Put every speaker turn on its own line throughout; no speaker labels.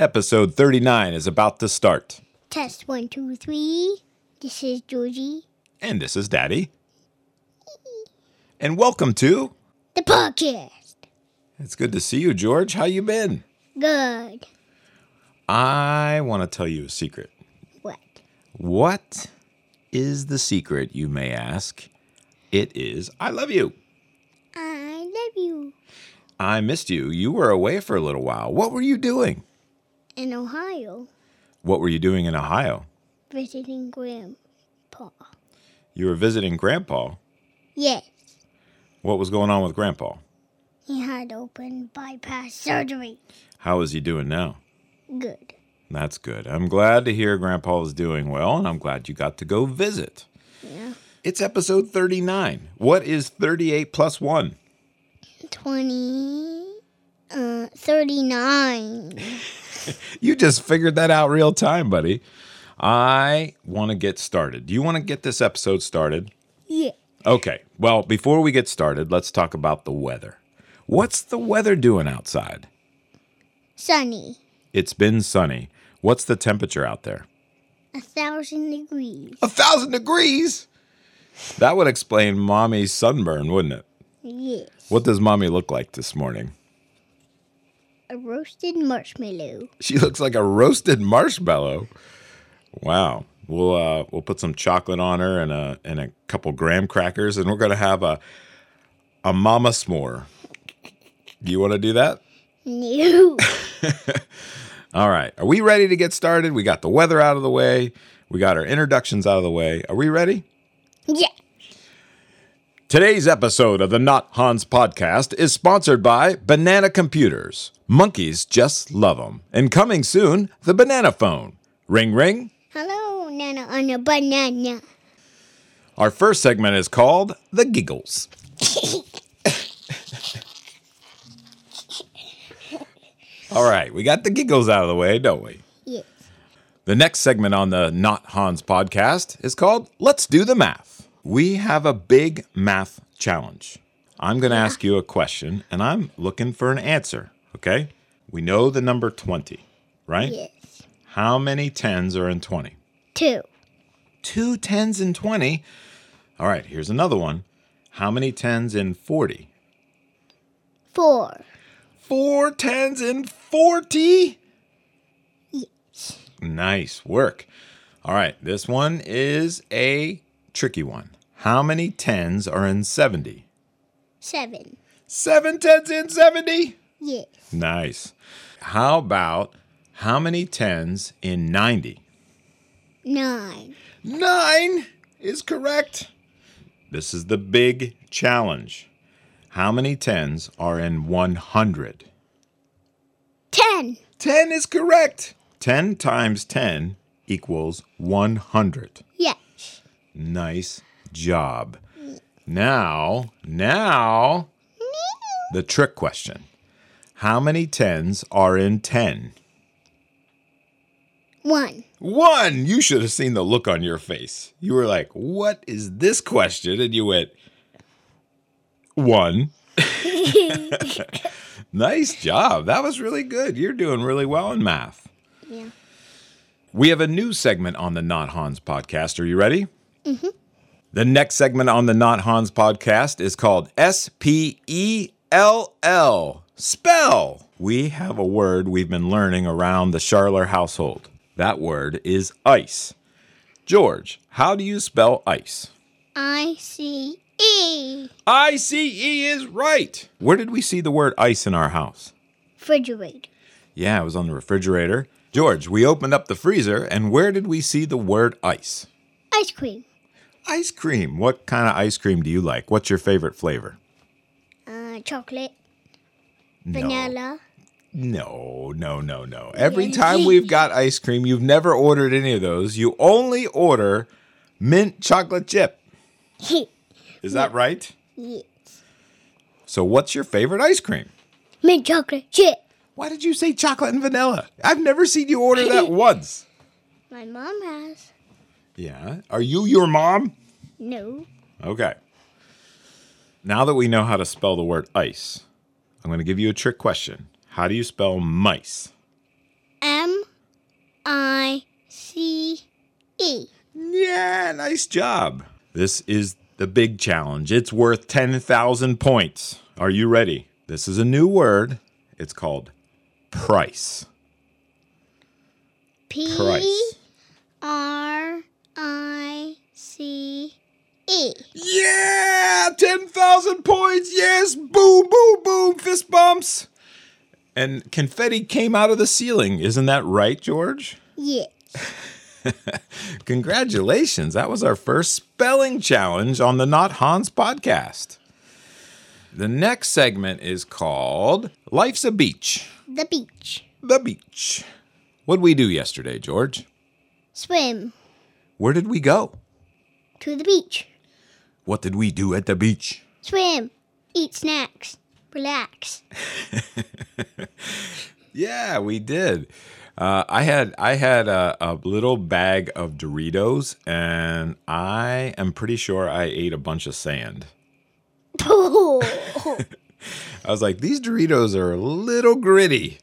Episode 39 is about to start.
Test one, two, three. This is Georgie.
And this is Daddy. And welcome to.
The podcast.
It's good to see you, George. How you been?
Good.
I want to tell you a secret.
What?
What is the secret, you may ask? It is I love you.
I love you.
I missed you. You were away for a little while. What were you doing?
In Ohio,
What were you doing in Ohio?
visiting Grandpa.
You were visiting Grandpa.
Yes,
What was going on with Grandpa?
he had open bypass surgery.
How is he doing now?
Good.
That's good. I'm glad to hear Grandpa is doing well, and I'm glad you got to go visit.
Yeah.
It's episode 39. What is 38 plus 1?
20, uh, 39.
You just figured that out real time, buddy. I want to get started. Do you want to get this episode started?
Yeah.
Okay. Well, before we get started, let's talk about the weather. What's the weather doing outside?
Sunny.
It's been sunny. What's the temperature out there?
A thousand degrees.
A thousand degrees. That would explain mommy's sunburn, wouldn't it?
Yes.
What does mommy look like this morning?
A roasted marshmallow.
She looks like a roasted marshmallow. Wow. We'll uh, we'll put some chocolate on her and a and a couple graham crackers, and we're gonna have a a mama s'more. Do you want to do that?
No.
All right. Are we ready to get started? We got the weather out of the way. We got our introductions out of the way. Are we ready?
yeah.
Today's episode of the Not Hans podcast is sponsored by Banana Computers. Monkeys just love them. And coming soon, the Banana Phone. Ring, ring.
Hello, Nana on a banana.
Our first segment is called The Giggles. All right, we got the giggles out of the way, don't we?
Yes.
The next segment on the Not Hans podcast is called Let's Do the Math. We have a big math challenge. I'm going to ask you a question and I'm looking for an answer, okay? We know the number 20, right?
Yes.
How many 10s are in 20?
Two.
Two 10s in 20. All right, here's another one. How many 10s in 40?
Four.
Four 10s in 40? Nice work. All right, this one is a tricky one. How many tens are in 70?
Seven.
Seven tens in 70?
Yes.
Nice. How about how many tens in 90?
Nine.
Nine is correct. This is the big challenge. How many tens are in 100?
Ten.
10 is correct. 10 times 10 equals 100.
Yes.
Nice job. Now, now, the trick question. How many tens are in 10?
One.
One! You should have seen the look on your face. You were like, what is this question? And you went, one. nice job. That was really good. You're doing really well in math.
Yeah.
We have a new segment on the Not Hans podcast. Are you ready? Mm-hmm. The next segment on the Not Hans podcast is called S P E L L. Spell. We have a word we've been learning around the Charler household. That word is ice. George, how do you spell ice?
I C E.
I C E is right. Where did we see the word ice in our house?
Refrigerator.
Yeah, it was on the refrigerator. George, we opened up the freezer, and where did we see the word ice?
Ice cream.
Ice cream. What kind of ice cream do you like? What's your favorite flavor?
Uh, chocolate. Vanilla.
No, no, no, no. Every time we've got ice cream, you've never ordered any of those. You only order mint chocolate chip. Is that right?
yes.
So, what's your favorite ice cream?
Mint chocolate chip.
Why did you say chocolate and vanilla? I've never seen you order that once.
My mom has.
Yeah. Are you your mom?
No.
Okay. Now that we know how to spell the word ice, I'm going to give you a trick question. How do you spell mice?
M E.
nice job. This is the big challenge. It's worth 10,000 points. Are you ready? This is a new word. It's called price.
P
Price.
R I C E.
Yeah! 10,000 points! Yes! Boom, boom, boom! Fist bumps! And confetti came out of the ceiling. Isn't that right, George?
Yeah.
Congratulations. That was our first spelling challenge on the Not Hans podcast. The next segment is called Life's a Beach.
The beach.
The beach. What'd we do yesterday, George?
Swim
Where did we go?
to the beach.
What did we do at the beach?
Swim. Eat snacks. Relax.
Yeah, we did. Uh, I had I had a, a little bag of Doritos, and I am pretty sure I ate a bunch of sand.
Because
I was like, these Doritos are a little gritty.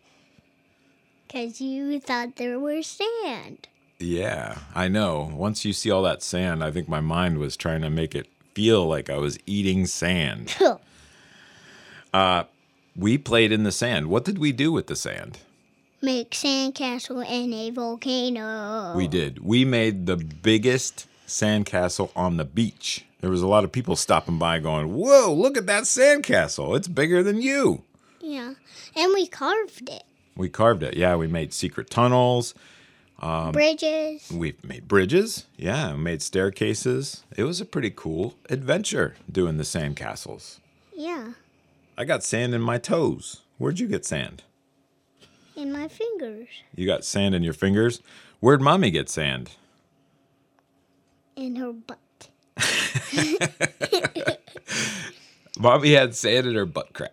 you thought there were sand.
Yeah, I know. Once you see all that sand, I think my mind was trying to make it feel like I was eating sand. We played in the sand. What did we do with the sand?
Make sandcastle and a volcano.
We did. We made the biggest sandcastle on the beach. There was a lot of people stopping by going, Whoa, look at that sandcastle. It's bigger than you.
yeah. And we carved it.
We carved it. Yeah, we made secret tunnels.
Bridges.
We've made bridges. Yeah, we made staircases. It was a pretty cool adventure doing the sandcastles.
Yeah.
I got sand in my toes. Where'd you get sand?
In my fingers.
You got sand in your fingers? Where'd mommy get sand?
In her butt.
Mommy had sand in her butt crack.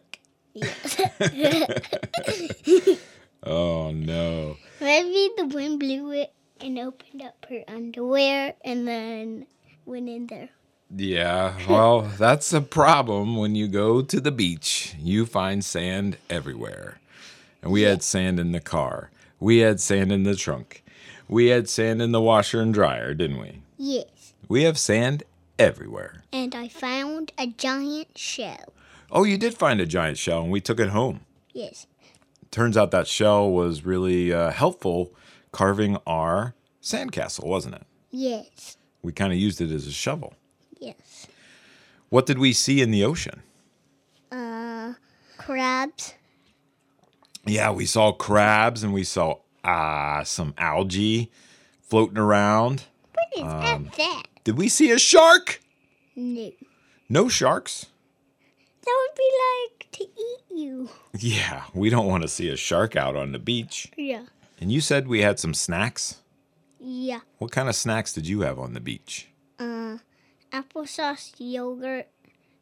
oh no.
Maybe the wind blew it and opened up her underwear and then went in there.
Yeah, well, that's a problem when you go to the beach. You find sand everywhere. And we had sand in the car. We had sand in the trunk. We had sand in the washer and dryer, didn't we?
Yes.
We have sand everywhere.
And I found a giant shell.
Oh, you did find a giant shell and we took it home.
Yes.
Turns out that shell was really uh, helpful carving our sandcastle, wasn't it?
Yes.
We kind of used it as a shovel.
Yes.
What did we see in the ocean?
Crabs.
Yeah, we saw crabs and we saw uh, some algae floating around.
What is at that?
Did we see a shark?
No.
No sharks.
That would be like to eat you.
Yeah, we don't want to see a shark out on the beach.
Yeah.
And you said we had some snacks.
Yeah. uh,
What kind of snacks did you have on the beach?
Applesauce yogurt.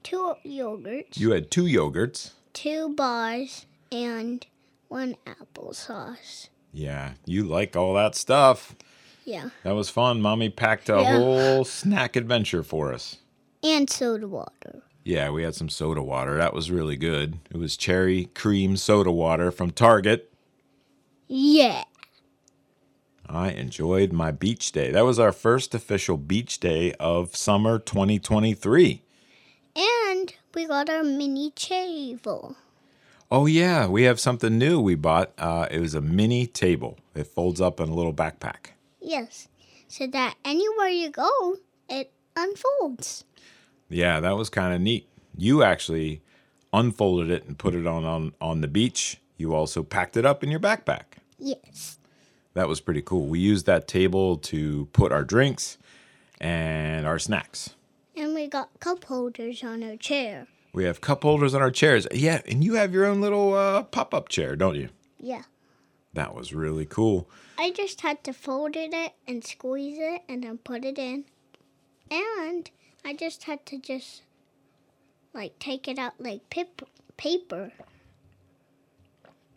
Two yogurts.
You had two yogurts.
two bars and one applesauce.
Yeah, you like all that stuff.
Yeah.
That was fun. Mommy packed a
Yeah.
whole snack adventure for us.
And soda water.
Yeah, we had some soda water. That was really good. It was cherry cream soda water from Target.
Yeah.
I enjoyed my beach day. That was our first official beach day of summer 2023.
And we got our mini chavel.
Oh, yeah, we have something new we bought. Uh, it was a mini table, it folds up in a little backpack.
Yes. So that anywhere you go, it unfolds.
Yeah, that was kind of neat. You actually unfolded it and put it on, on on the beach. You also packed it up in your backpack.
Yes.
That was pretty cool. We used that table to put our drinks and our snacks.
And we got cup holders on our chair.
We have cup holders on our chairs. Yeah, and you have your own little uh, pop up chair, don't you?
Yeah.
That was really cool.
I just had to fold it and squeeze it and then put it in. And I just had to just like take it out like pip- paper.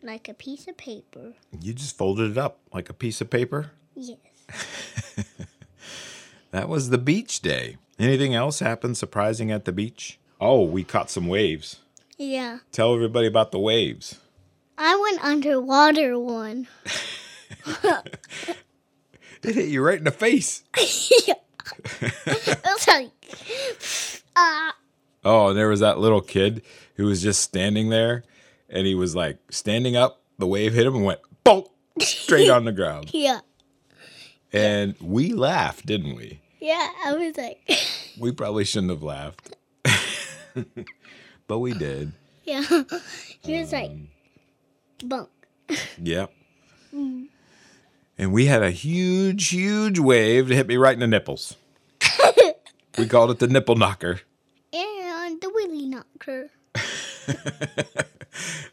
Like a piece of paper.
You just folded it up like a piece of paper.
Yes.
That was the beach day. Anything else happened surprising at the beach? Oh, we caught some waves.
Yeah.
Tell everybody about the waves.
I went underwater one.
It hit you right in the face.
It was like, uh,
Oh, and there was that little kid who was just standing there and he was like standing up, the wave hit him and went bonk straight on the ground.
yeah.
And we laughed, didn't we?
Yeah, I was like,
We probably shouldn't have laughed. but we did.
yeah. He was like, bunk.
Yep. And we had a huge, huge wave to hit me right in the nipples. we called it the nipple knocker.
And the Willy knocker.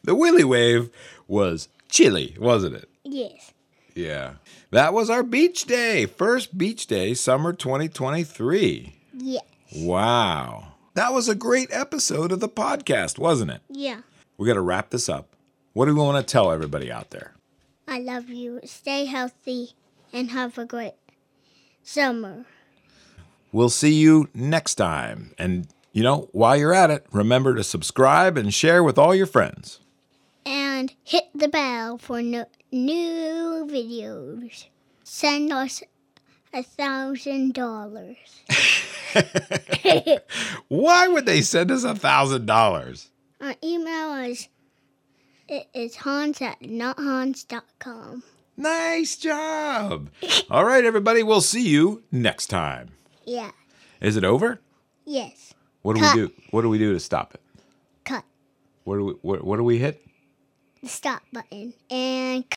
The wheelie wave was chilly, wasn't it?
Yes.
Yeah. That was our beach day. First beach day, summer 2023.
Yeah.
Wow. That was a great episode of the podcast, wasn't it?
Yeah.
We got to wrap this up. What do we want to tell everybody out there?
I love you. Stay healthy and have a great summer.
We'll see you next time. And, you know, while you're at it, remember to subscribe and share with all your friends.
And hit the bell for no- new videos. Send us a thousand dollars.
Why would they send us a $1,000?
Our email is it is Hans at nothans.com.
Nice job. All right, everybody. We'll see you next time.
Yeah.
Is it over?
Yes.
What do
Cut.
we do? What do we do to stop it?
Cut
What do we what, what do we hit?
the stop button and